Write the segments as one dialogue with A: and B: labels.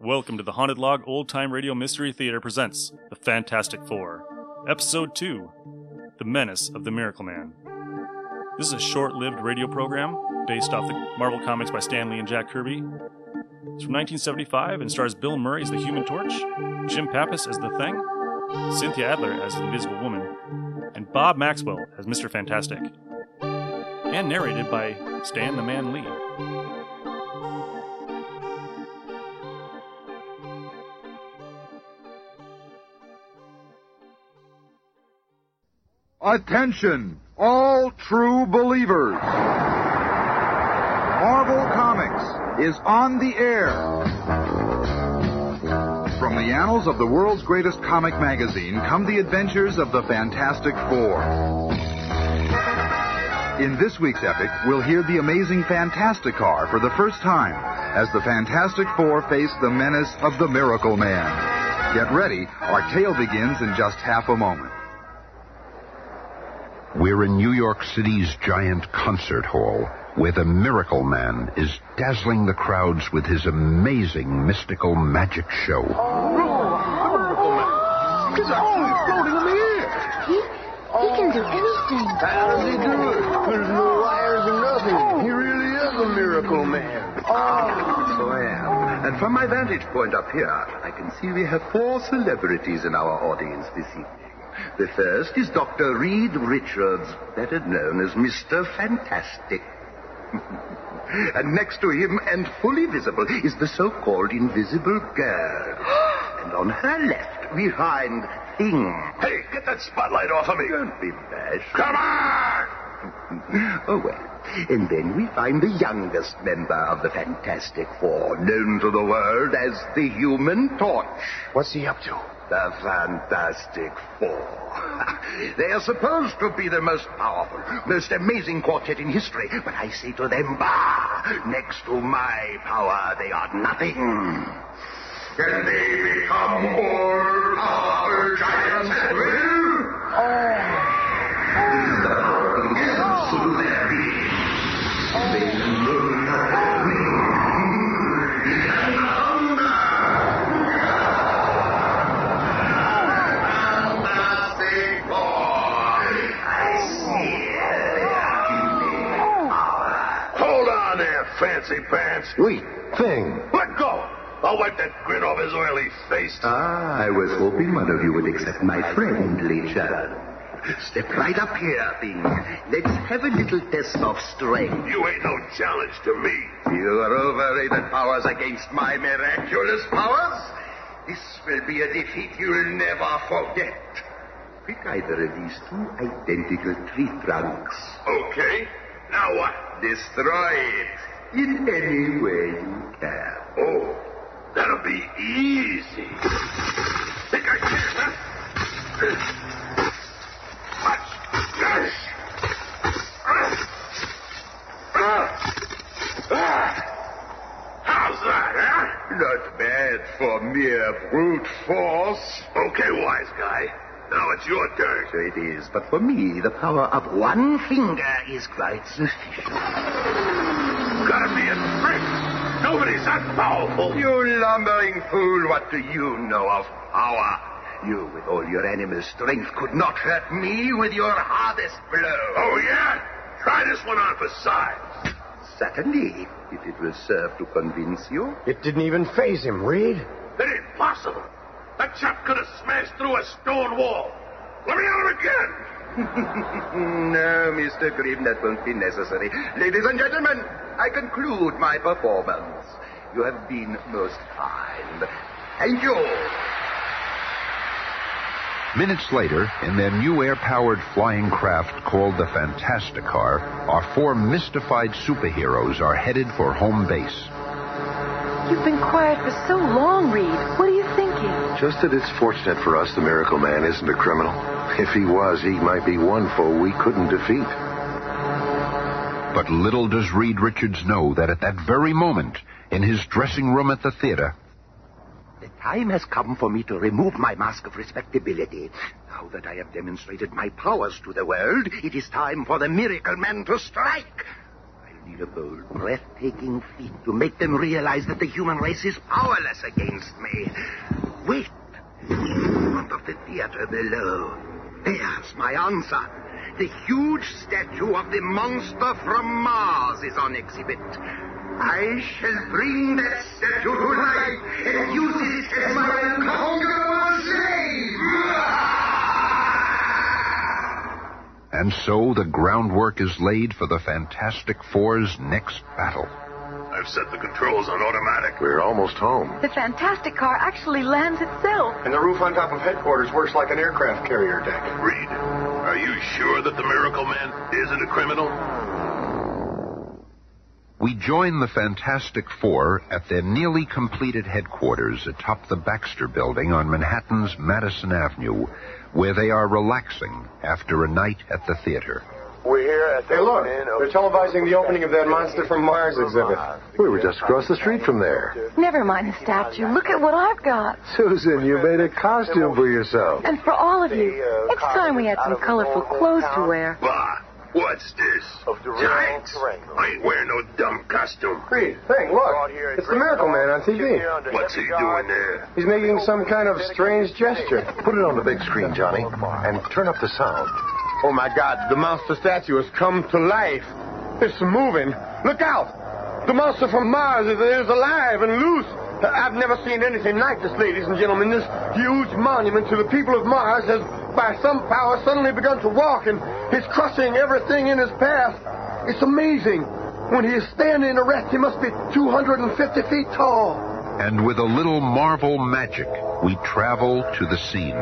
A: Welcome to the Haunted Log Old Time Radio Mystery Theater presents The Fantastic Four, Episode 2 The Menace of the Miracle Man. This is a short lived radio program based off the Marvel comics by Stan Lee and Jack Kirby. It's from 1975 and stars Bill Murray as the Human Torch, Jim Pappas as the Thing, Cynthia Adler as the Invisible Woman, and Bob Maxwell as Mr. Fantastic. And narrated by Stan the Man Lee.
B: Attention, all true believers. Marvel Comics is on the air. From the annals of the world's greatest comic magazine come the adventures of the Fantastic Four. In this week's epic, we'll hear the amazing Fantasticar for the first time as the Fantastic Four face the menace of the Miracle Man. Get ready, our tale begins in just half a moment.
C: We're in New York City's giant concert hall where the Miracle Man is dazzling the crowds with his amazing mystical magic show.
D: His arm is floating in the air.
E: He, he can do anything.
D: How does he do it? There's no wires and nothing. He really is a miracle man.
F: Oh, So I am. And from my vantage point up here, I can see we have four celebrities in our audience this evening. The first is Dr. Reed Richards, better known as Mr. Fantastic. and next to him, and fully visible, is the so-called Invisible Girl. and on her left, we find Thing.
G: Hey, get that spotlight off of me!
F: Don't be bashed.
G: Come on!
F: oh, well. And then we find the youngest member of the Fantastic Four, known to the world as the Human Torch.
D: What's he up to?
F: The Fantastic Four. they are supposed to be the most powerful, most amazing quartet in history, but I say to them, bah! Next to my power, they are nothing.
G: Can they become more power giants at will? Hold on there, fancy pants.
F: Wait, Thing.
G: Let go! I'll wipe that grin off his oily face.
F: Ah, I was hoping one of you would accept my friendly challenge. Step right up here, Bing. Let's have a little test of strength.
G: You ain't no challenge to me.
F: Your overrated powers against my miraculous powers? This will be a defeat you'll never forget. Pick either of these two identical tree trunks.
G: Okay. Now what?
F: Destroy it in any way you can.
G: Oh, that'll be easy. Think I can, huh? Watch. Yes. Ah. How's that, huh?
F: Not bad for mere brute force.
G: Okay, wise guy. Now it's your turn.
F: So it is, but for me, the power of one finger is quite sufficient.
G: Gotta be a trick. Nobody's that powerful.
F: You lumbering fool, what do you know of power? You, with all your animal strength, could not hurt me with your hardest blow.
G: Oh, yeah? Try this one on for size.
F: Certainly, if it will serve to convince you.
D: It didn't even phase him, Reed.
G: It ain't possible. That chap could have smashed through a stone wall. Let me out again.
F: no, Mr. Grimm, that won't be necessary. Ladies and gentlemen, I conclude my performance. You have been most kind. Thank you.
C: Minutes later, in their new air powered flying craft called the Fantasticar, our four mystified superheroes are headed for home base.
H: You've been quiet for so long, Reed. What are you thinking?
I: Just that it's fortunate for us the Miracle Man isn't a criminal. If he was, he might be one foe we couldn't defeat.
C: But little does Reed Richards know that at that very moment, in his dressing room at the theater,
F: The time has come for me to remove my mask of respectability. Now that I have demonstrated my powers to the world, it is time for the miracle man to strike. I need a bold, breathtaking feat to make them realize that the human race is powerless against me. Wait. In front of the theater below. There's my answer. The huge statue of the monster from Mars is on exhibit. I shall bring that statue to life and use it as my unconquerable
C: And so the groundwork is laid for the Fantastic Four's next battle.
G: I've set the controls on automatic.
I: We're almost home.
H: The fantastic car actually lands itself.
D: And the roof on top of headquarters works like an aircraft carrier deck.
G: Reed, are you sure that the Miracle Man isn't a criminal?
C: We join the Fantastic Four at their nearly completed headquarters atop the Baxter Building on Manhattan's Madison Avenue, where they are relaxing after a night at the theater.
D: We're here at the
I: Hey, look.
D: They're televising the opening of that Monster from Mars exhibit.
I: We were just across the street from there.
H: Never mind the statue. Look at what I've got.
I: Susan, you made a costume for yourself.
H: And for all of you, it's time we had some colorful clothes to wear.
G: Bah! What's this?
D: Of the real
G: Giants?
D: Durango.
G: I ain't wearing no dumb costume.
D: Reed, think, look. It's the Miracle Man on TV.
G: What's he doing there?
D: He's making some kind of strange gesture.
I: Put it on the big screen, Johnny, and turn up the sound.
D: Oh my God, the monster statue has come to life. It's moving. Look out! The monster from Mars is, is alive and loose. I've never seen anything like this, ladies and gentlemen. This huge monument to the people of Mars has, by some power, suddenly begun to walk and is crushing everything in his path. It's amazing. When he is standing erect, he must be 250 feet tall.
C: And with a little Marvel magic, we travel to the scene.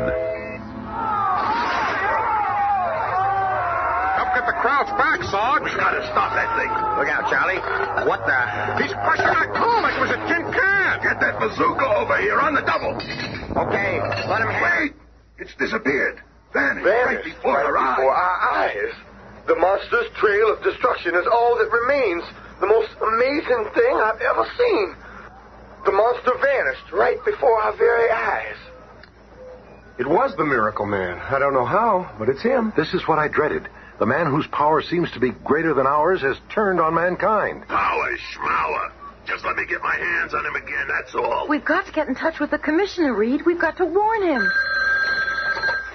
D: Help get the crowds back, Sarge.
G: We gotta stop that thing.
D: Look out, Charlie. What the? He's crushing that coal like it was a tin can.
G: Get that bazooka over here on the double.
D: Okay, let him
G: Wait! It's disappeared. Vanished, right before
D: right
G: our
D: before
G: eyes.
D: our eyes. The monster's trail of destruction is all that remains. The most amazing thing I've ever seen. The monster vanished right before our very eyes. It was the Miracle Man. I don't know how, but it's him.
I: This is what I dreaded. The man whose power seems to be greater than ours has turned on mankind.
G: Power schmower. Just let me get my hands on him again, that's all.
H: We've got to get in touch with the commissioner, Reed. We've got to warn him.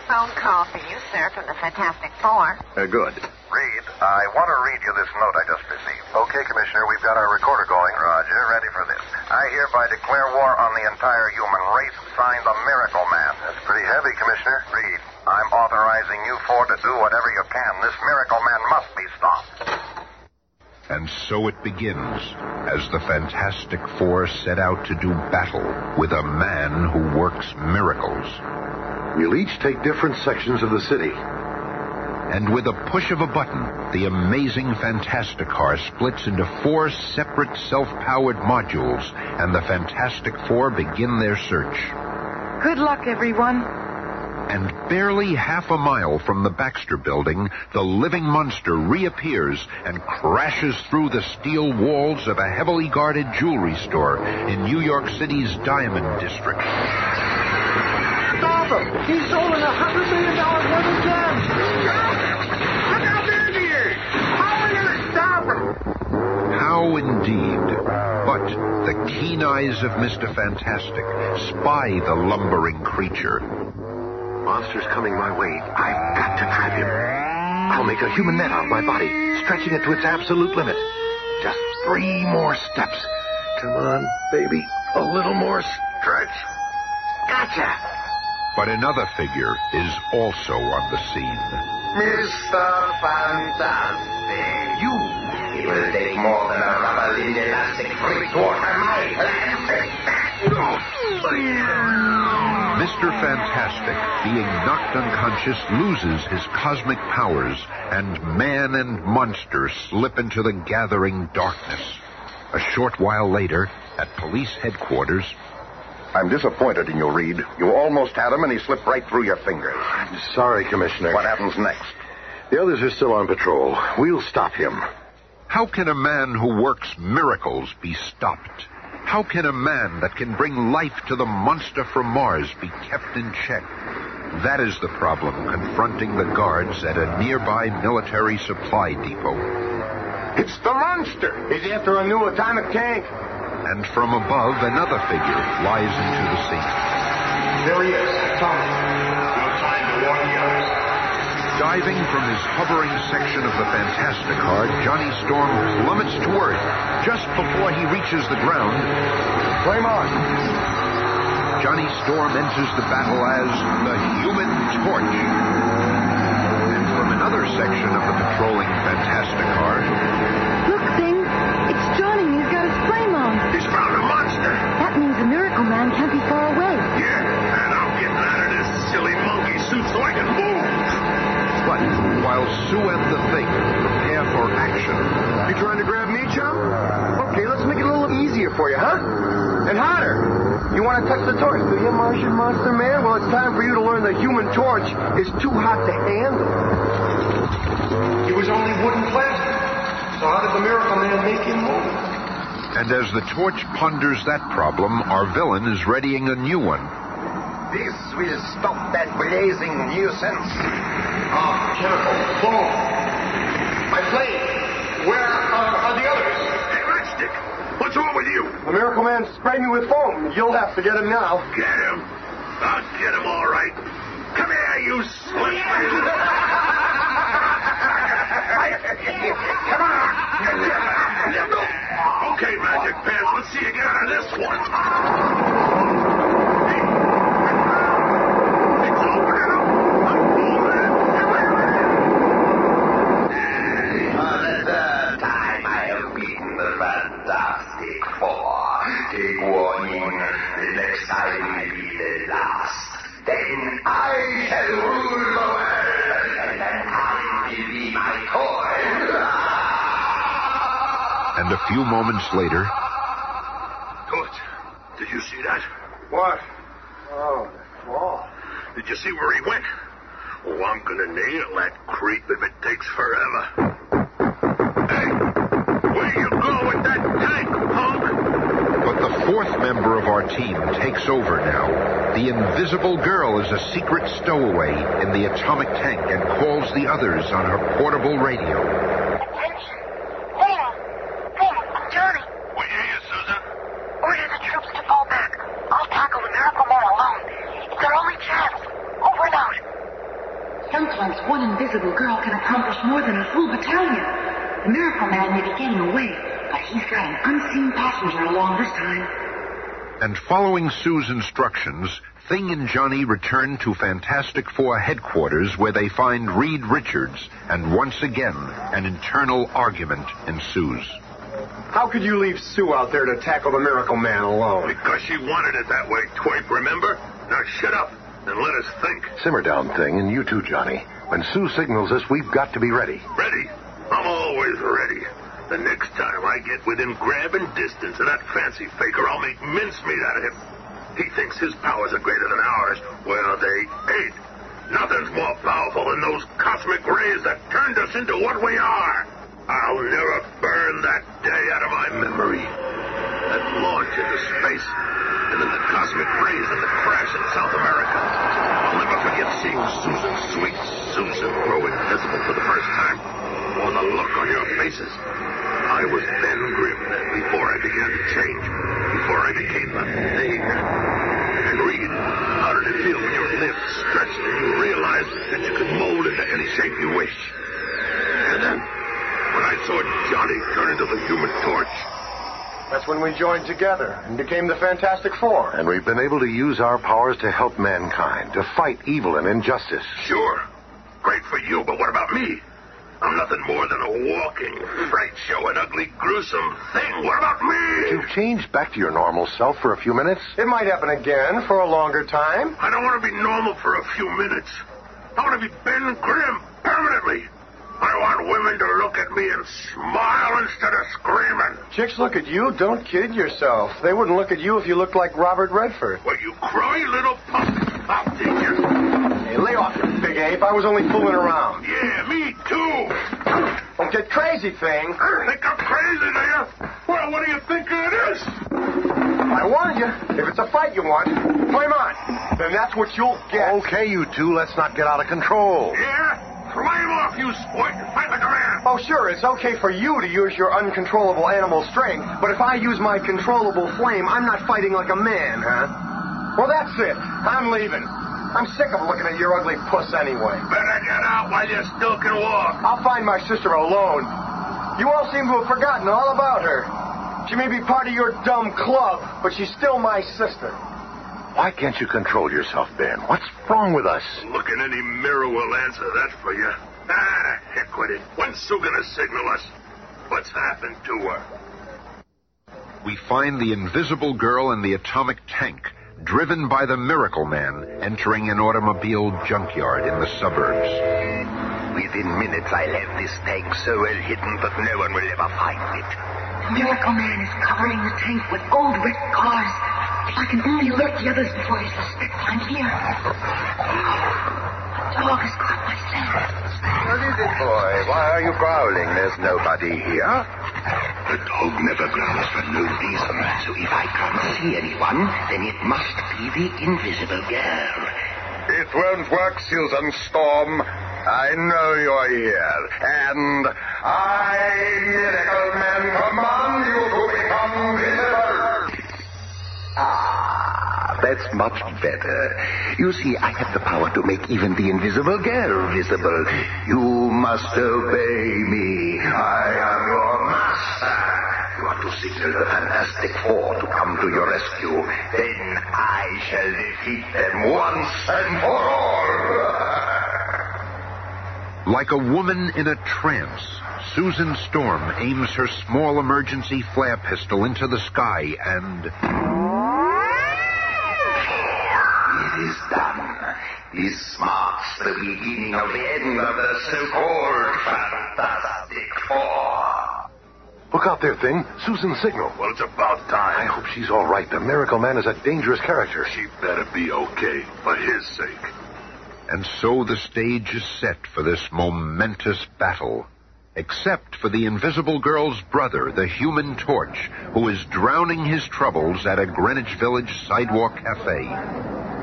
J: Phone call for you, sir, from the Fantastic Four.
F: Uh, good.
I: Reed, I want to read you this note I just received. Okay, Commissioner, we've got our recorder going. Roger, ready for this. I hereby declare war on the entire human race, signed the Miracle Man. That's pretty heavy, Commissioner. Reed, I'm authorizing you four to do whatever you can. This Miracle Man must be stopped.
C: And so it begins as the Fantastic Four set out to do battle with a man who works miracles.
I: We'll each take different sections of the city.
C: And with a push of a button, the amazing Fantasticar splits into four separate self powered modules, and the Fantastic Four begin their search.
H: Good luck, everyone.
C: And barely half a mile from the Baxter building, the living monster reappears and crashes through the steel walls of a heavily guarded jewelry store in New York City's Diamond District.
D: Stop him! He's stolen a hundred million dollars worth of gems. Look out there he is! How are we gonna stop him?
C: How indeed? But the keen eyes of Mr. Fantastic spy the lumbering creature.
I: Monster's coming my way. I've got to trap him. I'll make a human net out of my body, stretching it to its absolute limit. Just three more steps. Come on, baby. A little more stretch. Gotcha.
C: But another figure is also on the scene.
F: Mr. Fantastic, you will take more than a rubber in elastic freak toward my elastic
C: Mr. Fantastic, being knocked unconscious, loses his cosmic powers, and man and monster slip into the gathering darkness. A short while later, at police headquarters,
I: I'm disappointed in you, Reed. You almost had him, and he slipped right through your fingers. I'm sorry, Commissioner. What happens next? The others are still on patrol. We'll stop him.
C: How can a man who works miracles be stopped? How can a man that can bring life to the monster from Mars be kept in check? That is the problem confronting the guards at a nearby military supply depot.
D: It's the monster. He's after a new atomic tank.
C: And from above, another figure flies into the scene.
D: There he is. Tommy.
G: No time to warn the others.
C: Diving from his hovering section of the Fantastic Car, Johnny Storm plummets to Earth. Just before he reaches the ground,
D: flame on!
C: Johnny Storm enters the battle as the Human Torch. And from another section of the patrolling Fantastic Car,
H: Look, Thing. It's Johnny and he's got his flame on.
G: He's found a monster.
H: That means the miracle man can't be far away.
G: Yeah, and I'm getting out of this silly monkey suit so I can move.
C: but while Sue and the Thing prepare for action,
D: You trying to grab me, chum? Okay, let's make it a little easier for you, huh? And hotter. You want to touch the torch, do you, Martian Monster Man? Well, it's time for you to learn the human torch is too hot to handle. It was only wooden plastic. So how did the Miracle Man make him move?
C: and as the torch ponders that problem, our villain is readying a new one.
I: This will stop that blazing nuisance.
D: Ah, chemical. Boom. My plane. Where are, are the others?
G: Hey, Ratstick, what's wrong with you?
D: The Miracle Man sprayed me with foam. You'll have to get him now.
G: Get him. I'll get him all right. Come here, you slick. Come on. Okay, Magic Pants, let's see you get out of this one. It's opening up. I'm moving.
I: For the third time, I've beaten the Fantastic Four. Take warning, the next time will be the last. Then I shall rule the world, and time will be my toy.
C: And a few moments later,
G: Coach, did you see that?
D: What? Oh, the claw.
G: Did you see where he went? Oh, I'm gonna nail that creep if it takes forever. Hey, where you go with that tank, punk?
C: But the fourth member of our team takes over now. The invisible girl is a secret stowaway in the atomic tank and calls the others on her portable radio.
E: Attention. There. There. I'm Johnny.
G: We hear you, Susan.
E: Order the troops to fall back. I'll tackle the miracle man alone. It's our only chance. Over and out.
H: Sometimes one invisible girl can accomplish more than a full battalion. The miracle man may be getting away, but he's got an unseen passenger along this time.
C: And following Sue's instructions, Thing and Johnny return to Fantastic Four headquarters where they find Reed Richards, and once again, an internal argument ensues.
D: How could you leave Sue out there to tackle the Miracle Man alone?
G: Because she wanted it that way, twerp, remember? Now shut up and let us think.
F: Simmer down, Thing, and you too, Johnny. When Sue signals us, we've got to be ready.
G: Ready? I'm always ready. The next time I get within grabbing distance of that fancy faker, I'll make mincemeat out of him. He thinks his powers are greater than ours. Well, they ain't. Nothing's more powerful than those cosmic rays that turned us into what we are. I'll never burn that day out of my memory. That launch into space, and then the cosmic rays and the crash in South America. I'll never forget seeing Susan, sweet Susan, grow invisible for the first time. Or the look on your faces. I was Ben Grimm then before I began to change, before I became the thing. And Reed, how did it feel when your lips stretched and you realized that you could mold into any shape you wish? And then, when I saw Johnny turn into the human torch,
D: That's when we joined together and became the Fantastic Four.
F: And we've been able to use our powers to help mankind, to fight evil and injustice.
G: Sure. Great for you, but what about me? I'm nothing more than a walking fright show, an ugly, gruesome thing. What about me?
F: You've changed back to your normal self for a few minutes.
D: It might happen again for a longer time.
G: I don't want to be normal for a few minutes. I want to be Ben Grimm permanently. I want women to look at me and smile instead of screaming.
D: Chicks look at you, don't kid yourself. They wouldn't look at you if you looked like Robert Redford.
G: Well, you crony little punk. I'll take you.
D: Hey, lay off, you big ape. I was only fooling around.
G: Yeah, me too.
D: Don't get crazy, Thing.
G: I think I'm crazy, do you? Well, what do you think it is?
D: I warned you. If it's a fight you want, flame on. Then that's what you'll get.
F: Okay, you two, let's not get out of control.
G: Yeah? Flame off, you sport, and fight like a man.
D: Oh, sure, it's okay for you to use your uncontrollable animal strength, but if I use my controllable flame, I'm not fighting like a man, huh? Well, that's it. I'm leaving. I'm sick of looking at your ugly puss anyway.
G: Better get out while you still can walk.
D: I'll find my sister alone. You all seem to have forgotten all about her. She may be part of your dumb club, but she's still my sister.
C: Why can't you control yourself, Ben? What's wrong with us?
G: Look in any mirror will answer that for you. Ah, the heck with it. When's Sue gonna signal us? What's happened to her?
C: We find the invisible girl in the atomic tank, driven by the Miracle Man, entering an automobile junkyard in the suburbs.
F: Within minutes, I'll have this tank so well hidden that no one will ever find it.
H: Miracle Man is covering the tank with old wrecked cars. If I can only alert the others before they suspect I'm here. A Dog has caught my scent.
K: What is it, boy? Why are you growling? There's nobody here.
F: The dog never growls for no reason, so if I can't see anyone, then it must be the invisible girl.
K: It won't work, Susan Storm. I know you're here, and I, Miracle Man, command you to become visible.
F: Ah, that's much better. You see, I have the power to make even the invisible girl visible. You must obey me. I am your master. You are to signal the Fantastic Four to come to your rescue. Then I shall defeat them once and for all.
C: Like a woman in a trance, Susan Storm aims her small emergency flare pistol into the sky and.
F: It is done. This marks the beginning of the end of the so-called Fantastic Four.
L: Look out there, Thing. Susan Signal.
G: Well, it's about time.
L: I hope she's all right. The Miracle Man is a dangerous character.
G: She better be okay, for his sake.
C: And so the stage is set for this momentous battle. Except for the invisible girl's brother, the human torch, who is drowning his troubles at a Greenwich Village sidewalk cafe.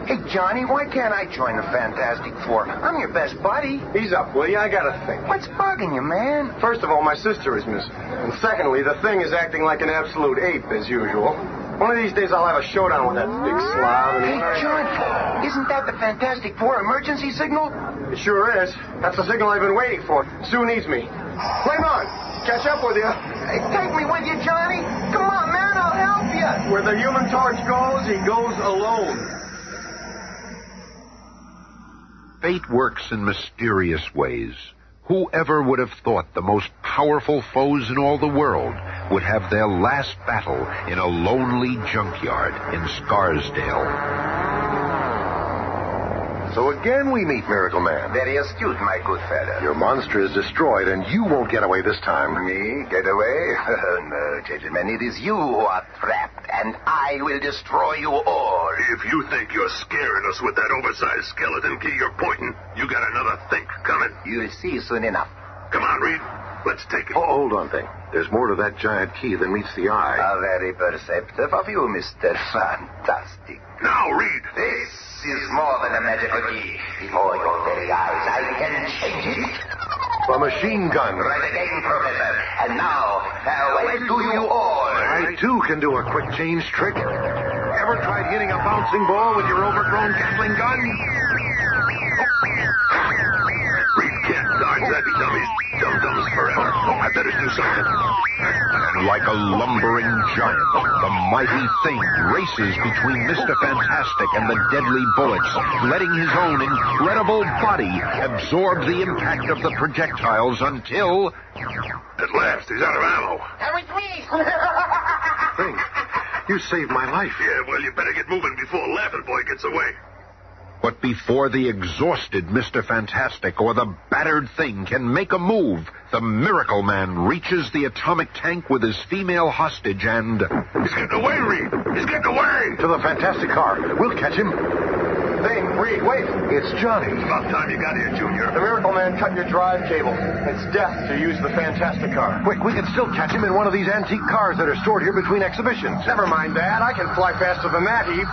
D: Hey, Johnny, why can't I join the Fantastic Four? I'm your best buddy. He's up, will you? I gotta think. What's bugging you, man? First of all, my sister is missing. And secondly, the thing is acting like an absolute ape, as usual. One of these days I'll have a showdown with that big slob. And...
M: Hey, John, isn't that the Fantastic Four emergency signal?
D: It sure is. That's the signal I've been waiting for. Sue needs me. Flame on! Catch up with you.
M: Hey, take me with you, Johnny. Come on, man, I'll help you.
D: Where the human torch goes, he goes alone.
C: Fate works in mysterious ways. Whoever would have thought the most powerful foes in all the world would have their last battle in a lonely junkyard in Scarsdale?
L: So again we meet Miracle Man.
F: Very astute, my good fellow.
L: Your monster is destroyed, and you won't get away this time.
F: Me? Get away? Oh, no, gentlemen. It is you who are trapped, and I will destroy you all.
G: If you think you're scaring us with that oversized skeleton key you're pointing, you got another think coming.
F: You'll see soon enough.
G: Come on, Reed. Let's take it.
L: Oh, hold on, Thing. There's more to that giant key than meets the eye.
F: How very perceptive of you, Mr. Fantastic.
G: Now, Reed.
F: This is more than a magical key. Before your very eyes, I can change it.
L: A machine gun.
F: Right again, Professor. And now, farewell to you all.
L: I too can do a quick change trick. Ever tried hitting a bouncing ball with your overgrown Gatling gun?
G: Reed can't dodge that dummy's dum dums forever. I better do something.
C: And like a lumbering giant, the mighty thing races between Mr. Fantastic and the deadly bullets, letting his own incredible body absorb the impact of the projectiles until.
G: At last, he's out of ammo.
M: That was me.
L: Thing, you saved my life.
G: Yeah, well, you better get moving before Laughing Boy gets away.
C: But before the exhausted Mr. Fantastic or the battered thing can make a move, the Miracle Man reaches the atomic tank with his female hostage and.
G: He's getting away, Reed. He's getting away.
L: To the fantastic car. We'll catch him.
D: Thing, Reed, wait.
L: It's Johnny.
G: About time you got here, Junior.
D: The Miracle Man cut your drive cable. It's death to use the Fantastic car.
L: Quick, we can still catch him in one of these antique cars that are stored here between exhibitions.
D: Never mind that. I can fly faster than that, Eve.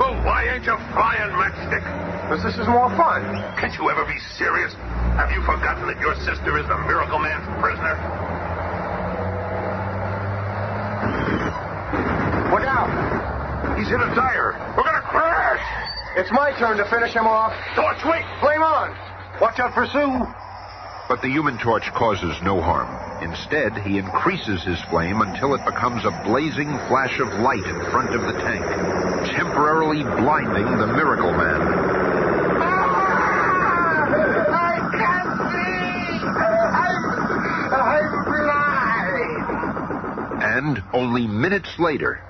G: Oh, why ain't you flying, Matchstick?
D: Because this is more fun.
G: Can't you ever be serious? Have you forgotten that your sister is the Miracle Man's prisoner?
D: Look out!
G: He's hit a tire. We're gonna crash!
D: It's my turn to finish him off.
G: Torch, wait!
D: Flame on!
L: Watch out for Sue.
C: But the human torch causes no harm. Instead, he increases his flame until it becomes a blazing flash of light in front of the tank, temporarily blinding the Miracle Man.
E: Ah, I can't see! I'm, I'm blind!
C: And only minutes later,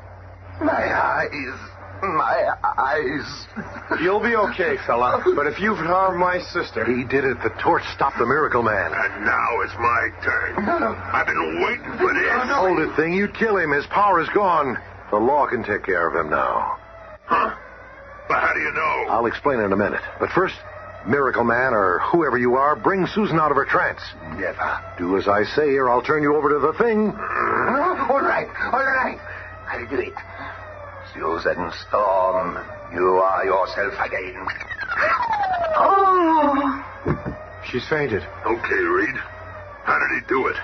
F: My eyes. My eyes.
D: You'll be okay, fella. But if you've harmed my sister.
L: He did it. The torch stopped the miracle man.
G: And now it's my turn. I've been waiting for this.
L: Hold it, thing. You'd kill him. His power is gone. The law can take care of him now.
G: Huh? But how do you know?
L: I'll explain in a minute. But first, Miracle Man or whoever you are, bring Susan out of her trance.
F: Never.
L: Do as I say, or I'll turn you over to the thing.
F: All right, all right. I'll do it. Susan Storm, you are yourself again.
E: Oh!
L: She's fainted.
G: Okay, Reed. How did he do it?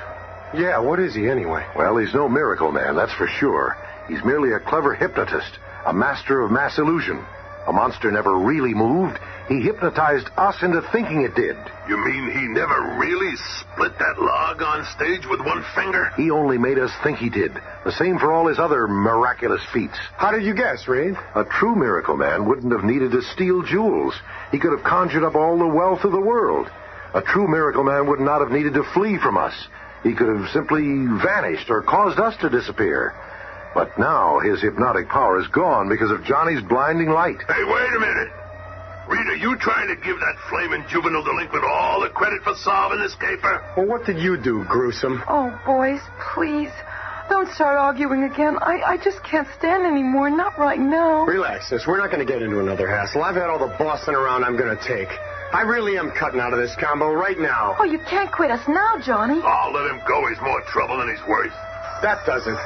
L: Yeah, what is he anyway? Well, he's no miracle man, that's for sure. He's merely a clever hypnotist, a master of mass illusion. A monster never really moved. He hypnotized us into thinking it did.
G: You mean he never really split that log on stage with one finger?
L: He only made us think he did. The same for all his other miraculous feats.
D: How did you guess, Reed?
L: A true miracle man wouldn't have needed to steal jewels. He could have conjured up all the wealth of the world. A true miracle man would not have needed to flee from us. He could have simply vanished or caused us to disappear. But now his hypnotic power is gone because of Johnny's blinding light.
G: Hey, wait a minute. Reed, are you trying to give that flaming juvenile delinquent all the credit for solving this caper?
D: Well, what did you do, Gruesome?
N: Oh, boys, please. Don't start arguing again. I, I just can't stand anymore. Not right now.
D: Relax, sis. We're not going to get into another hassle. I've had all the bossing around I'm going to take. I really am cutting out of this combo right now.
N: Oh, you can't quit us now, Johnny.
G: Oh, let him go. He's more trouble than he's worth.
D: That doesn't.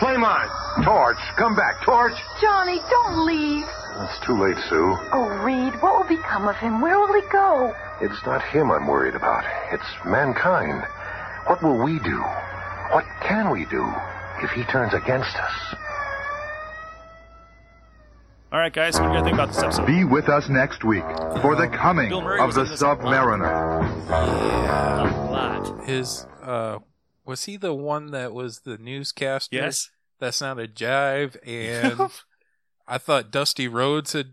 D: Flame on.
L: Torch, come back, Torch!
N: Johnny, don't leave.
L: It's too late, Sue.
N: Oh, Reed, what will become of him? Where will he go?
L: It's not him I'm worried about. It's mankind. What will we do? What can we do if he turns against us?
A: All right, guys, what do you guys think about this episode?
B: Be with us next week for the coming
A: Bill Murray
B: of
A: was
B: the
A: in this a lot.
B: Submariner.
A: A lot.
O: His uh, was he the one that was the newscaster?
A: Yes.
O: that sounded jive, and I thought Dusty Rhodes had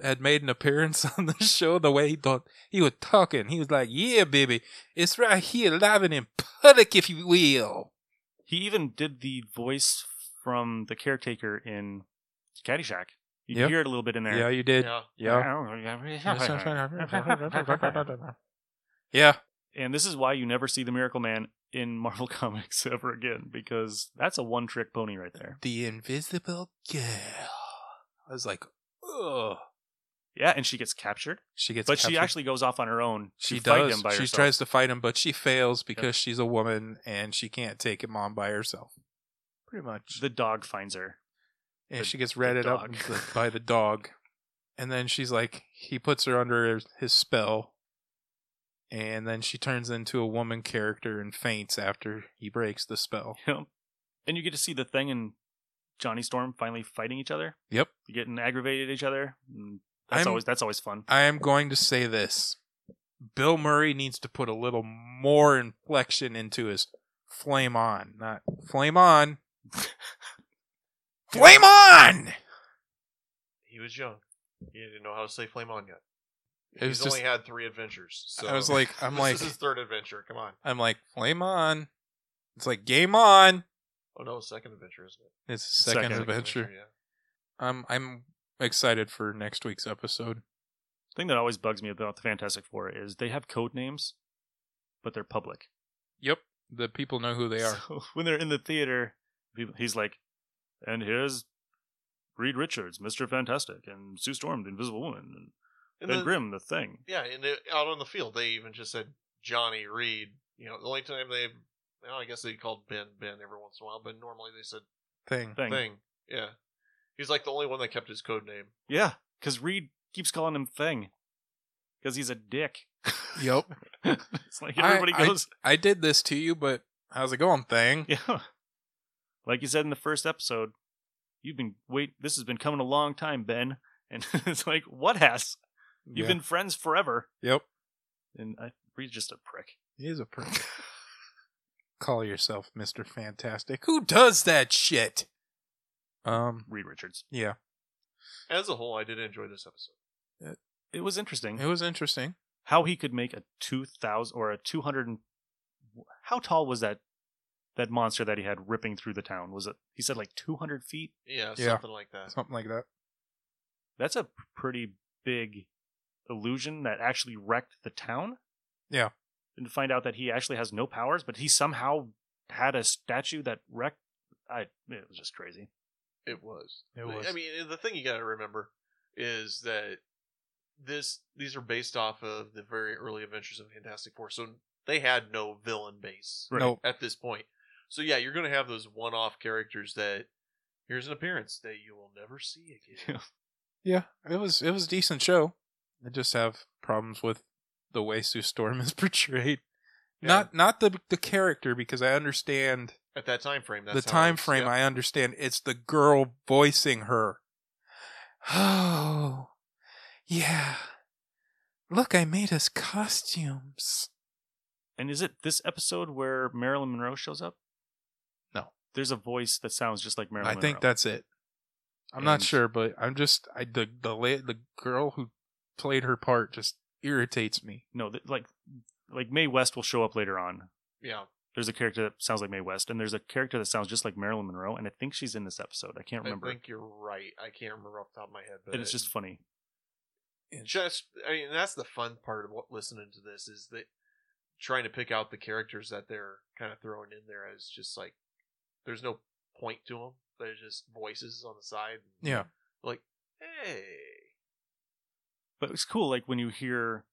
O: had made an appearance on the show. The way he thought he was talking, he was like, "Yeah, baby, it's right here, live and in public, if you will."
A: He even did the voice from the caretaker in Caddyshack. You
O: Yeah.
A: can hear it a little bit in there.
O: Yeah, you did. Yeah. Yeah.
A: And this is why you never see the Miracle Man in Marvel Comics ever again, because that's a one trick pony right there.
O: The invisible girl. I was like, ugh.
A: Yeah, and she gets captured.
O: She gets
A: but she
O: captured.
A: actually goes off on her own.
O: She
A: to fight
O: does.
A: him by
O: she
A: herself.
O: tries to fight him, but she fails because she's a woman and she can't take him on by herself. Pretty much.
A: The dog finds her.
O: and
A: the-
O: she gets
A: the
O: ratted up
A: dog.
O: into- by the dog. And then she's like, he puts her under his spell. And then she turns into a woman character and faints after he breaks the spell.
A: Yep. Um, And you get to see the thing and Johnny Storm finally fighting each other.
O: Yep.
A: You're getting aggravated at each other. and That's
O: I'm-
A: always that's always fun.
O: I am going to say this Bill Murray needs to put a little more inflection into his flame on, not flame on. flame on!
P: He was young. He didn't know how to say flame on yet.
O: It was
P: He's only
O: just,
P: had three adventures. So
O: I was like, I'm
P: this
O: like,
P: is his third adventure. Come on.
O: I'm like, flame on. It's like, game on.
P: Oh no, second adventure isn't it?
O: It's his second,
A: Second
O: adventure.
P: yeah.
O: I'm I'm excited for next week's episode.
A: thing that always bugs me about the Fantastic Four is they have code names, but they're public.
O: Yep, the people know who they are.
A: So when they're in the theater, people, he's like, and here's Reed Richards, Mr. Fantastic, and Sue Storm, the Invisible Woman, and
P: And
A: Ben
P: then-
A: Grimm, the Thing.
P: Yeah, and they, out on the field, they even just said Johnny Reed. You know, the only time they, well, I guess they called Ben Ben every once in a while, but normally they said
O: Thing.
A: Thing.
P: Thing. Yeah, he's like the only one that kept his code name.
A: Yeah, because Reed keeps calling him Thing because he's a dick.
O: Yep.
A: it's like everybody
O: I,
A: goes.
O: I, I did this to you, but how's it going, thing?
A: Yeah. Like you said in the first episode, you've been wait. This has been coming a long time, Ben. And it's like, what has? You've
O: Yeah.
A: been friends forever.
O: Yep.
A: And I, he's just a prick.
O: He is a prick. Call yourself Mr. Fantastic. Who does that shit? Um,
A: Reed Richards.
O: yeah.
P: As a whole, I did enjoy this episode.
A: It was interesting.
O: Uh, It was interesting.
A: how he could make a two thousand or a two hundred and how tall was that that monster that he had ripping through the town? Was it? He said like two hundred feet.
P: Yeah,
O: Yeah.
P: something like that.
O: Something like that.
A: That's a pretty big illusion that actually wrecked the town.
O: Yeah.
A: And to find out that he actually has no powers, but he somehow had a statue that wrecked. I it was just crazy.
P: It was.
O: It was.
P: I mean, the thing you got to remember is that this these are based off of the very early adventures of Fantastic Four, so they had no villain base
O: Right. Nope.
P: at this point. So yeah, you're going to have those one-off characters that here's an appearance that you will never see again.
O: Yeah, it was it was a decent show. I just have problems with the way Sue Storm is portrayed. Not not the the character because I understand
P: at that time frame, that's
O: the
P: how it
O: time
P: was.
O: frame.
P: Yeah.
O: I understand it's the girl voicing her. Oh, yeah. Look, I made us costumes.
A: And is it this episode where Marilyn Monroe shows up?
O: No.
A: There's a voice that sounds just like Marilyn.
O: I think
A: Monroe.
O: that's it. I'm not
A: And-
O: sure, but I'm just I the the la- the girl who played her part just irritates me.
A: no, th- like like Mae West will show up later on.
P: Yeah.
A: There's a character that sounds like Mae West, and there's a character that sounds just like Marilyn Monroe, and I think she's in this episode. I can't
P: I
A: remember,
P: think you're right. I can't remember off the top of my head, but
A: and it's just funny.
P: just I mean that's the fun part of what listening to this is that trying to pick out the characters that they're kind of throwing in there as just like there's no point to them. They're just voices on the side.
O: Yeah.
P: Like, hey,
A: But it's cool, like when you hear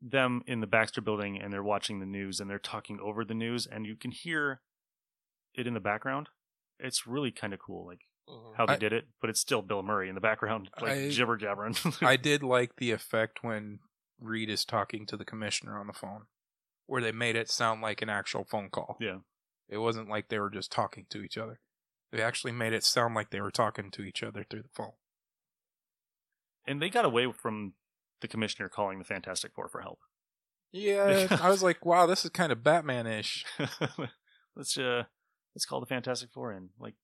A: them in the Baxter Building and they're watching the news and they're talking over the news, and you can hear it in the background. It's really kind of cool, like how they
O: I-
A: did it, but it's still Bill Murray in the background, like
O: I-
A: jibber jabbering.
O: I did like the effect when Reed is talking to the commissioner on the phone, where they made it sound like an actual phone call.
A: Yeah.
O: It wasn't like they were just talking to each other. They actually made it sound like they were talking to each other through the phone.
A: and they got away from the commissioner calling the Fantastic Four for help.
O: Yeah, I was like, wow, this is kind of Batman ish.
A: let's uh let's call the Fantastic Four in. Like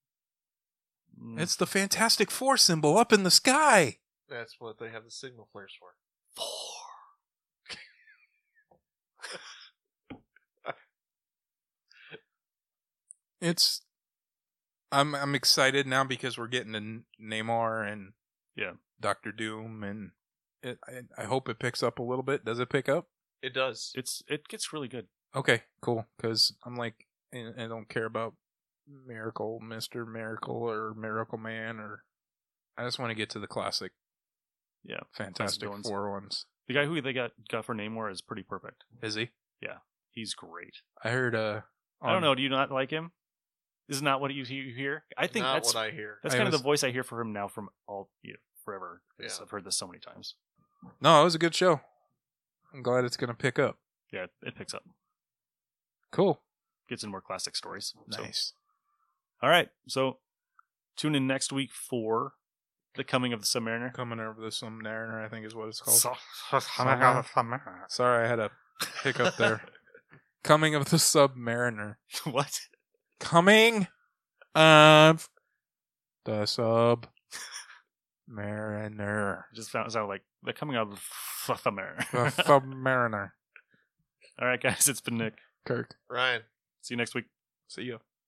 A: mm,
O: It's the Fantastic Four symbol up in the sky.
P: that's what they have the signal flares for.
O: It's. I'm I'm excited now because we're getting to N- Namor and
A: yeah
O: Doctor Doom and it, I, I hope it picks up a little bit. Does it pick up?
P: It does.
A: it's it gets really good.
O: Okay, cool. Because I'm like, I I don't care about Miracle, Mister Miracle, or Miracle Man, or I just want to get to the classic
A: Yeah.
O: Fantastic
A: Classic villains.
O: Four ones.
A: mm, The guy who they got got for Namor is pretty perfect.
O: Is he?
A: Yeah. He's great.
O: I heard. Uh,
A: I don't
O: on-
A: know, do you not like him? Is not what you, you hear? I think
P: Not
A: that's
P: what I hear.
A: That's
O: I
A: kind of
O: was-
A: the voice I hear for him now from all you know, forever. 'cause
P: Yeah.
A: I've heard this so many times.
O: No, it was a good show. I'm glad it's gonna pick up.
A: Yeah, it, it picks up.
O: Cool.
A: Gets in more classic stories. so.
O: Nice.
A: All right. So tune in next week for the coming of the Submariner.
O: Coming over the Submariner, I think is what it's called.
A: So-
O: Sorry, I had a hiccup there. Coming of the Submariner.
A: what?
O: Coming of the Sub Mariner.
A: It just sound- sounded like the coming of the
O: The
A: Submariner.
O: Submariner.
A: All right, guys. It's been Nick.
O: Kirk.
P: Ryan.
A: See you next week.
O: See ya.